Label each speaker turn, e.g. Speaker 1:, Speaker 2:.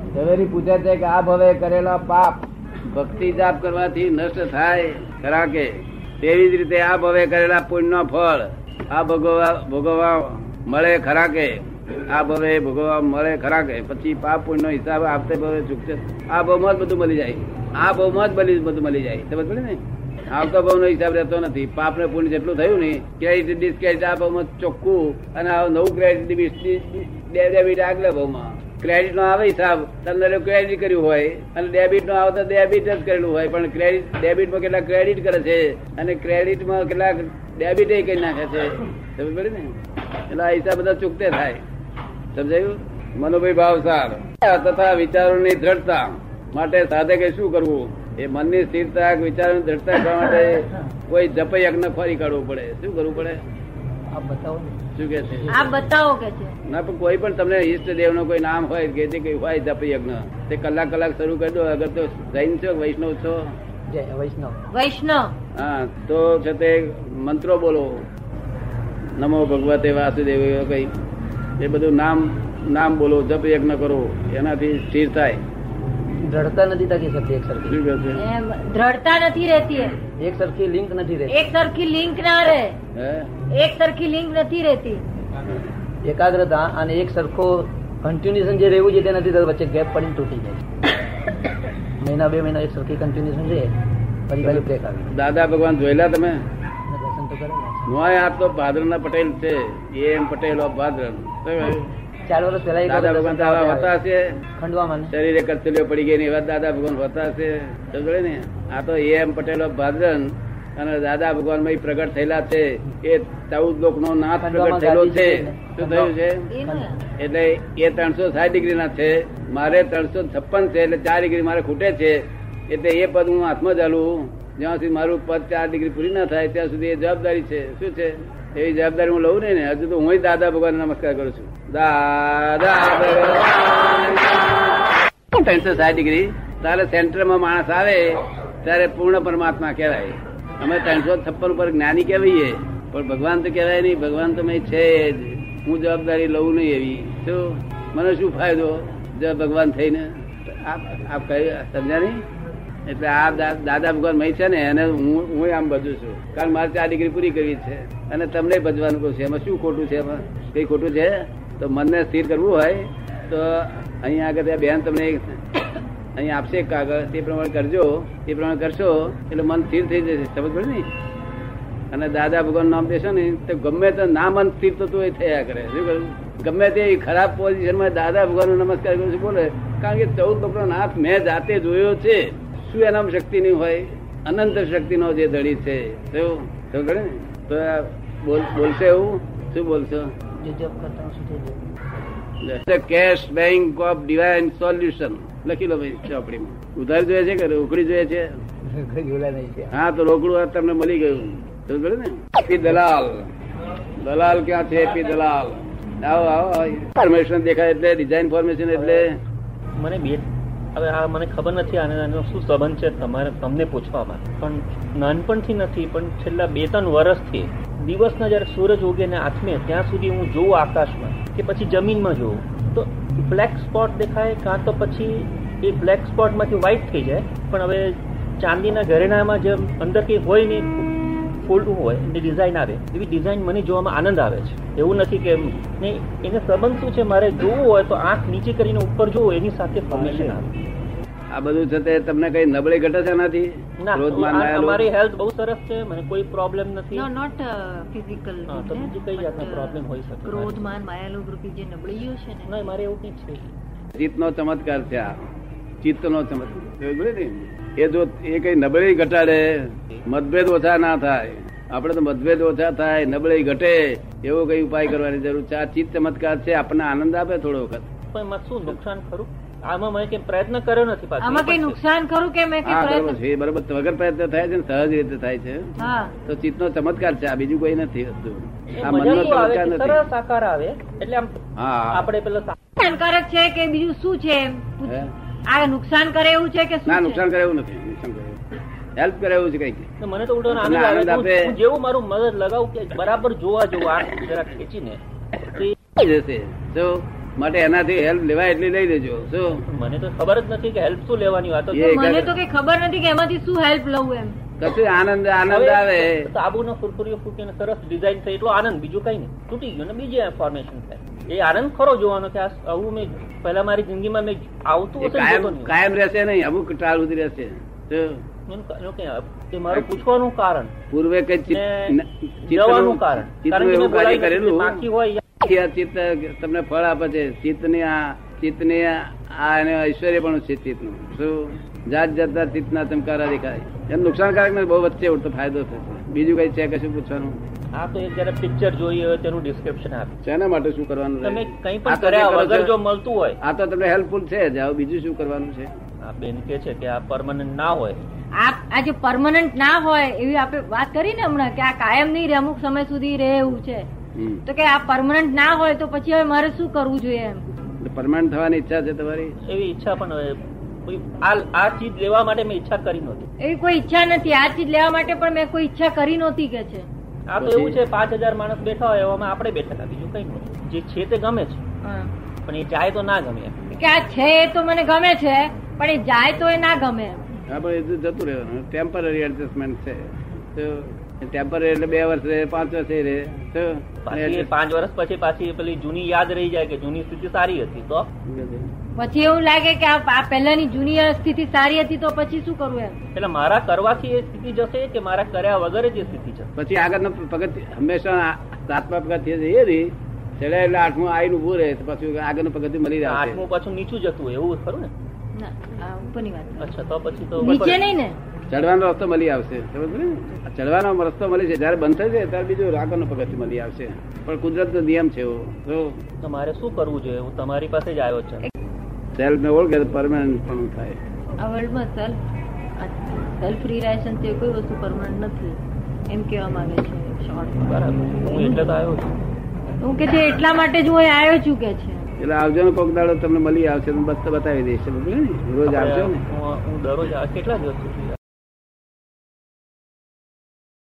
Speaker 1: ઝવેરી પૂછે છે કે આ ભવે કરેલા પાપ ભક્તિ જાપ કરવાથી નષ્ટ થાય ખરા કે તેવી જ રીતે આ ભવે કરેલા પુણ્યનો ફળ આ ભોગવવા ભોગવવા મળે ખરા કે આ ભવે ભોગવવા મળે ખરા કે પછી પાપ પુણ્યનો હિસાબ આપતે ભવે ચૂકશે આ ભવમાં જ બધું મળી જાય આ ભવમાં જ બધી બધું મળી જાય સમજ પડે ને આવતા ભાવ નો હિસાબ રહેતો નથી પાપ ને પુણ્ય જેટલું થયું ને ક્રેડિટ ડિસ્ક્રેડિટ આ ભાવમાં ચોખ્ખું અને આ નવું ક્રેડિટ ડેબિટ આગલા ભાવમાં ક્રેડિટ નો આવે હિસાબ તમને ક્રેડિટ કર્યું હોય અને ડેબિટ નો આવે તો ડેબિટ જ કરેલું હોય પણ ક્રેડિટ ડેબિટ માં કેટલા ક્રેડિટ કરે છે અને ક્રેડિટ માં કેટલા ડેબિટ કરી નાખે છે સમજ પડે ને એટલે આ હિસાબ બધા ચૂકતે થાય સમજાયું મનોભાઈ ભાવ સાર તથા વિચારોની દ્રઢતા માટે સાધકે શું કરવું એ મનની સ્થિરતા વિચારોની દ્રઢતા કરવા માટે કોઈ જપ યજ્ઞ ફરી કાઢવું પડે શું કરવું પડે શું કે છે
Speaker 2: આપ બતાવો કે છે
Speaker 1: ના પણ કોઈ પણ તમને ઈષ્ટ દેવ કોઈ નામ હોય કે જે કઈ હોય જપ યજ્ઞ તે કલાક કલાક શરૂ કરી દો અગર તો જૈન છો વૈષ્ણવ છો
Speaker 2: વૈષ્ણવ
Speaker 1: હા તો છે તે મંત્રો બોલો નમો ભગવતે વાસુદેવ એવું કઈ એ બધું નામ નામ બોલો જપ યજ્ઞ કરો એનાથી સ્થિર થાય
Speaker 3: દ્રઢતા નથી થતી સરખી એક સરખી
Speaker 1: શું કહે છે
Speaker 2: એમ દ્રઢતા નથી રહેતી
Speaker 3: એક સરખી લિંક નથી રહેતી
Speaker 2: એક સરખી લિંક ના રહે
Speaker 1: હે
Speaker 2: એક સરખી લિંક નથી રહેતી
Speaker 3: એકાગ્રતા અને એક સરખો કન્ટિન્યુએશન જે રહેવું છે તે નથી થતું વચ્ચે ગેપ પડીને તૂટી જાય મહિના બે મહિના એક સરખી કન્ટિન્યુએશન રહે ફરી ફરી બ્રેક આવી
Speaker 1: દાદા ભગવાન જોયેલા તમે
Speaker 3: અને દર્શન તો કરે ને.
Speaker 1: નોય આ તો ભાદરના પટેલ છે એ એમ પટેલ ઓફ ભાદરન
Speaker 3: ચાર વર્ષ પહેલા એક
Speaker 1: દાદા ભગવાન તો આવા હતા છે
Speaker 3: ખંડવામાં ને.
Speaker 1: શરીરે કરચલીઓ પડી ગઈ ને એવા દાદા ભગવાન હતા છે સમજે ને આ તો એ એમ પટેલ ઓફ ભાદરન અને દાદા ભગવાન માં પ્રગટ થયેલા છે એ ચૌદ લોક નો નાથ પ્રગટ થયેલો છે શું થયું છે
Speaker 2: એ ને.
Speaker 1: એટલે એ ત્રણસો સાઠ ડિગ્રી ના છે મારે ત્રણસો છપ્પન છે એટલે ચાર ડિગ્રી મારે ખૂટે છે એટલે એ પદ હું હાથમાં ચાલું જ્યાં સુધી મારું પદ ચાર ડિગ્રી પૂરી ના થાય ત્યાં સુધી એ જવાબદારી છે શું છે એવી જવાબદારી હું લઉં નહીં ને હજુ તો હું દાદા ભગવાન નમસ્કાર કરું છું દાદા ભગવાન ત્રણસો સાઠ ડિગ્રી તારે સેન્ટરમાં માણસ આવે ત્યારે પૂર્ણ પરમાત્મા કહેવાય અમે ત્રણસો છપ્પન ઉપર જ્ઞાની કહેવાઈએ પણ ભગવાન તો કહેવાય નહીં ભગવાન તો મેં છે જ હું જવાબદારી લઉં નહીં એવી તો મને શું ફાયદો જો ભગવાન થઈને આપ આપ કહ્યું સમજ્યા નહીં એટલે આ દા- દાદા ભગવાન મય છે ને એને હું હું આમ બધું છું કારણ મારે ચાર ડિગ્રી પૂરી કરવી છે અને તમને ભજવાનું કહું છું એમાં શું ખોટું છે એમાં કઈ ખોટું છે તો મનને સ્થિર કરવું હોય તો અહીંયા આગળ આ બેન તમને એક અહીં આપશે એક કાગળ તે પ્રમાણે કરજો તે પ્રમાણે કરશો એટલે મન સ્થિર થઈ જશે સમજ પડે ને અને દાદા ભગવાન નામ દેશો ને તો ગમે તે ના મન સ્થિર થતું હોય એ થયા કરે શું કરું ગમે તે ખરાબ પોઝિશનમાં દાદા ભગવાનનો નમસ્કાર કરું છું બોલે કારણ કે ચૌદ લોકોનો નાથ મેં જાતે જોયો છે શું એનામાં શક્તિ નહીં હોય અનંત શક્તિનો જે ધડી છે તેવું સમજ પડે ને તો આ બોલ બોલશે એવું શું બોલશો
Speaker 3: જે જપ કરતા શું થઈ જાય?
Speaker 1: Cash bank of divine solution લખી લો ભાઈ ચોપડીમાં ઉધાર જોઈએ છે કે ઉકળી જોઈએ છે
Speaker 3: કઈ બોલે નહીં છે
Speaker 1: હા તો રોકડું આ તમને મળી ગયું સમજ પડી ને પી દલાલ દલાલ ક્યાં છે પી દલાલ આવો આવો ફોર્મેશન દેખાય એટલે ડિઝાઇન ફોર્મેશન એટલે
Speaker 4: મને બે હવે આ મને ખબર નથી આને આનો શું સંબંધ છે તમારે તમને પૂછવામાં પણ નાનપણથી નથી પણ છેલ્લા બે ત્રણ વર્ષથી દિવસના જ્યારે સૂરજ ઉગે ને આથમે ત્યાં સુધી હું જોઉં આકાશમાં કે પછી જમીનમાં જોઉં તો બ્લેક સ્પોટ દેખાય કાં તો પછી એ બ્લેક સ્પોટમાંથી વ્હાઇટ થઈ જાય પણ હવે ચાંદીના ઘરેણામાં જેમ અંદર કંઈ હોય નહીં ફોલ્ડ હોય એની ડિઝાઇન આવે એવી ડિઝાઇન મને જોવામાં આનંદ આવે છે એવું નથી કે એમ. ને એને સંબંધ શું છે મારે જોવું હોય તો આંખ નીચે કરીને ઉપર જોવું એની સાથે પરમિશન આવે
Speaker 1: આ બધું છે તે તમને કઈ નબળી ઘટે છે એનાથી
Speaker 4: ના
Speaker 1: ક્રોધમાન
Speaker 4: આ-
Speaker 1: લાયેલું?
Speaker 4: અમારી હેલ્થ બહુ સરસ છે મને કોઈ પ્રોબ્લેમ નથી
Speaker 2: No, not, uh, physical
Speaker 4: હા, તો
Speaker 2: રીતે,
Speaker 4: બીજી કઈ જાતના
Speaker 2: but, uh,
Speaker 4: problem હોઈ શકે?
Speaker 2: ક્રોધ, માન, માયાલોભ રૂપી જે નબળીઓ છે ને
Speaker 4: ના મારે એવું કંઈ છે નહીં.
Speaker 1: ચિત્તનો ચમત્કાર છે આ ચિત્તનો ચમત્કાર એવું બોલે ને? એ જો એ કઈ નબળી ઘટાડે મતભેદ ઓછા ના થાય આપણે તો મતભેદ ઓછા થાય નબળી ઘટે એવો કઈ ઉપાય કરવાની જરૂર છે આ ચિત્ત ચમત્કાર છે આપણને આનંદ આપે થોડો વખત
Speaker 4: પણ એમાં શું નુકસાન ખરું આમાં મેં કંઈ પ્રયત્ન કર્યો નથી પાછો.
Speaker 2: આમાં કઈ નુકસાન કરું કે મેં કઈ
Speaker 1: હા બરોબર
Speaker 2: પ્રયત્ન
Speaker 1: છે એ બરોબર વગર પ્રયત્ન થાય છે ને સહજ રીતે થાય છે
Speaker 2: હા
Speaker 1: તો ચિત્તનો ચમત્કાર છે આ બીજું કોઈ નથી વસ્તુ
Speaker 4: એ
Speaker 1: આ
Speaker 4: મજા
Speaker 1: મનનો
Speaker 4: શું આવે
Speaker 1: ચમત્કાર
Speaker 4: કે
Speaker 1: નથી
Speaker 4: સરસ આકાર આવે એટલે આમ
Speaker 1: હા
Speaker 4: આપણે પેલો સા-
Speaker 2: નુકસાનકારક છે કે બીજું શું છે એમ પૂછ-
Speaker 1: હે?
Speaker 2: આ નુકસાન કરે એવું છે કે
Speaker 1: ના
Speaker 2: શું છે
Speaker 1: નુકસાન કરે એવું નથી નુકસાન કરે હેલ્પ કરે એવું છે કઈક
Speaker 4: ને મને તો ઉડો
Speaker 1: તમને
Speaker 4: આનંદ
Speaker 1: આનંદ
Speaker 4: આવે હું-
Speaker 1: આપે.
Speaker 4: હું જેવું મારું મગજ લગાવું કે બરાબર જોવા જેવું આંખ જરા ખેંચીને તો એ
Speaker 1: જશે તો માટે એનાથી હેલ્પ લેવાય એટલી લઈ લેજો શું
Speaker 4: મને તો ખબર જ નથી કે હેલ્પ શું લેવાની વાત
Speaker 1: એ
Speaker 2: તો મને
Speaker 1: એકાગ્ર-
Speaker 2: તો કઈ ખબર નથી કે એમાંથી શું હેલ્પ લઉં એમ
Speaker 1: કશું આનંદ આનંદ આવે
Speaker 4: સાબુનો ફુરફુરીઓ ફૂટીને સરસ ડિઝાઇન થઈ એટલો આનંદ બીજું કઈ નહીં તૂટી ગયો ને બીજી ફોર્મેશન થાય એ આનંદ ખરો જોવાનો કે આ આવું મેં પહેલા મારી જિંદગીમાં મેં આવતું
Speaker 1: એ
Speaker 4: હશે ને
Speaker 1: કાયમ
Speaker 4: જોતો નહીં.
Speaker 1: કાયમ રહેશે નહીં અમુક ટાળ સુધી રહેશે શું?
Speaker 4: એનું ક- એનું કઈ કે મારું પૂછવાનું કારણ
Speaker 1: પૂર્વે કઈ ચિત-
Speaker 4: ને જવાનું
Speaker 1: ચિત્તનું-
Speaker 4: કારણ
Speaker 1: ચિત્તનું
Speaker 4: કારણ
Speaker 1: એવું
Speaker 4: કે મેં
Speaker 1: કાર્ય
Speaker 4: બોલાવી
Speaker 1: કરેલું
Speaker 4: નથી. બાકી હોય
Speaker 1: કે આ ચિત્ત તમને ફળ આપે છે ચિત્તની આ ચિત્તની આ એને ઐશ્વર્ય પણ છે ચિત્તનું શું જાત જાતના ચિત્તના ચમકારા દેખાય એમ નુકસાનકારક ને બહુ વચ્ચે ઉડતો ફાયદો થશે બીજું કઈ છે કશું પૂછવાનું
Speaker 4: આ તો એક જયારે પિક્ચર જોઈ હોય તેનું ડિસ્ક્રિપ્શન આપે
Speaker 1: શેના માટે શું કરવાનું રહે?
Speaker 4: તમે કંઈ
Speaker 1: આ
Speaker 4: પણ
Speaker 1: તો જે
Speaker 4: કર્યા
Speaker 1: કરો
Speaker 4: વગર
Speaker 1: છો,
Speaker 4: જો મળતું હોય
Speaker 1: આ તો તમને હેલ્પફુલ છે જ હવે બીજું શું કરવાનું છે
Speaker 4: આ બેન કે છે કે આ પરમનન્ટ ના હોય
Speaker 2: આપ આ જે પરમનન્ટ ના હોય એવી આપણે વાત કરી ને હમણાં કે આ કાયમ નહીં રહે અમુક સમય સુધી રહે એવું છે
Speaker 1: હમ.
Speaker 2: તો કે આ પરમનન્ટ ના હોય તો પછી હવે મારે શું કરવું જોઈએ એમ
Speaker 1: એટલે permanent થવાની ઈચ્છા છે તમારી
Speaker 4: એવી ઈચ્છા પણ હવે કોઈ આ આ ચીજ લેવા માટે મેં ઈચ્છા કરી નહોતી
Speaker 2: એવી કોઈ ઈચ્છા નથી આ ચીજ લેવા માટે પણ મેં કોઈ ઈચ્છા કરી નહોતી કે છે
Speaker 4: આ તો
Speaker 1: પછી?
Speaker 4: એવું છે પાંચ હજાર માણસ બેઠા હોય એવામાં આપણે બેઠા હતા બીજું કઈ નહોતું જે છે તે ગમે છે
Speaker 2: હા.
Speaker 4: પણ એ જાય તો ના ગમે એમ.
Speaker 2: કે આ છે એ તો મને ગમે છે પણ એ જાય તો એ ના ગમે એમ.
Speaker 1: હા પણ એ તો જતું રહેવાનું ટેમ્પરરી એડજસ્ટમેન્ટ છે તો ટેમ્પરરી એટલે બે વર્ષ રહે પાંચ વર્ષ એ રહે તો અને
Speaker 4: પાછી એ
Speaker 1: adjust-
Speaker 4: પાંચ વર્ષ પછી પાછી એ પેલી જૂની યાદ રહી જાય કે જૂની સ્થિતિ સારી હતી તો
Speaker 2: પછી એવું લાગે કે આ આ પહેલાની જૂની સ્થિતિ સારી હતી તો પછી શું કરવું એમ
Speaker 4: એટલે મારા કરવાથી એ સ્થિતિ જશે કે મારા કર્યા વગર જ એ સ્થિતિ જશે
Speaker 1: પછી આગળનો પગથિયું હંમેશા આ સાતમા પગથિયે જઈએ ને છેલ્લે એટલે આઠમું આવીને ઊભું રહે તો પછી આગળનું પગથિયું મળી
Speaker 4: આઠમું
Speaker 1: જાય
Speaker 4: પાછું નીચું જતું હોય એવું ખરું ને
Speaker 2: ના આ ઉપરની વાત
Speaker 4: અચ્છા તો પછી તો
Speaker 2: નીચે નહીં ને
Speaker 1: ચડવાનો રસ્તો મળી આવશે સમજ ને આ ચડવાનો રસ્તો મળી છે જયારે બંધ થશે ત્યારે બીજું આગળનું પગથિયું મળી આવશે પણ કુદરતનો નિયમ છે એવો તો
Speaker 4: તો મારે શું કરવું જોઈએ હું તમારી પાસે જ આવ્યો છું
Speaker 1: સેલ્ફ ને ઓળખે તો પરમાનન્ટ પણ થાય
Speaker 2: આ વર્લ્ડમાં સેલ્ફ સેલ્ફ રિલેશન છે કોઈ વસ્તુ પરમાનન્ટ નથી એમ કહેવા માંગે છે શોર્ટમાં
Speaker 4: બરાબર હું એટલે તો આવ્યો છું
Speaker 2: હું કે છે એટલા માટે જ હું અહીં આવ્યો છું કે છે
Speaker 1: એટલે આવજો ને કોક દાડો તમને મળી આવશે તો બસ તો બતાવી દઈશ સમજ ને રોજ આવજો ને
Speaker 4: હું હું દરરોજ આ- કેટલા દિવસ સુધી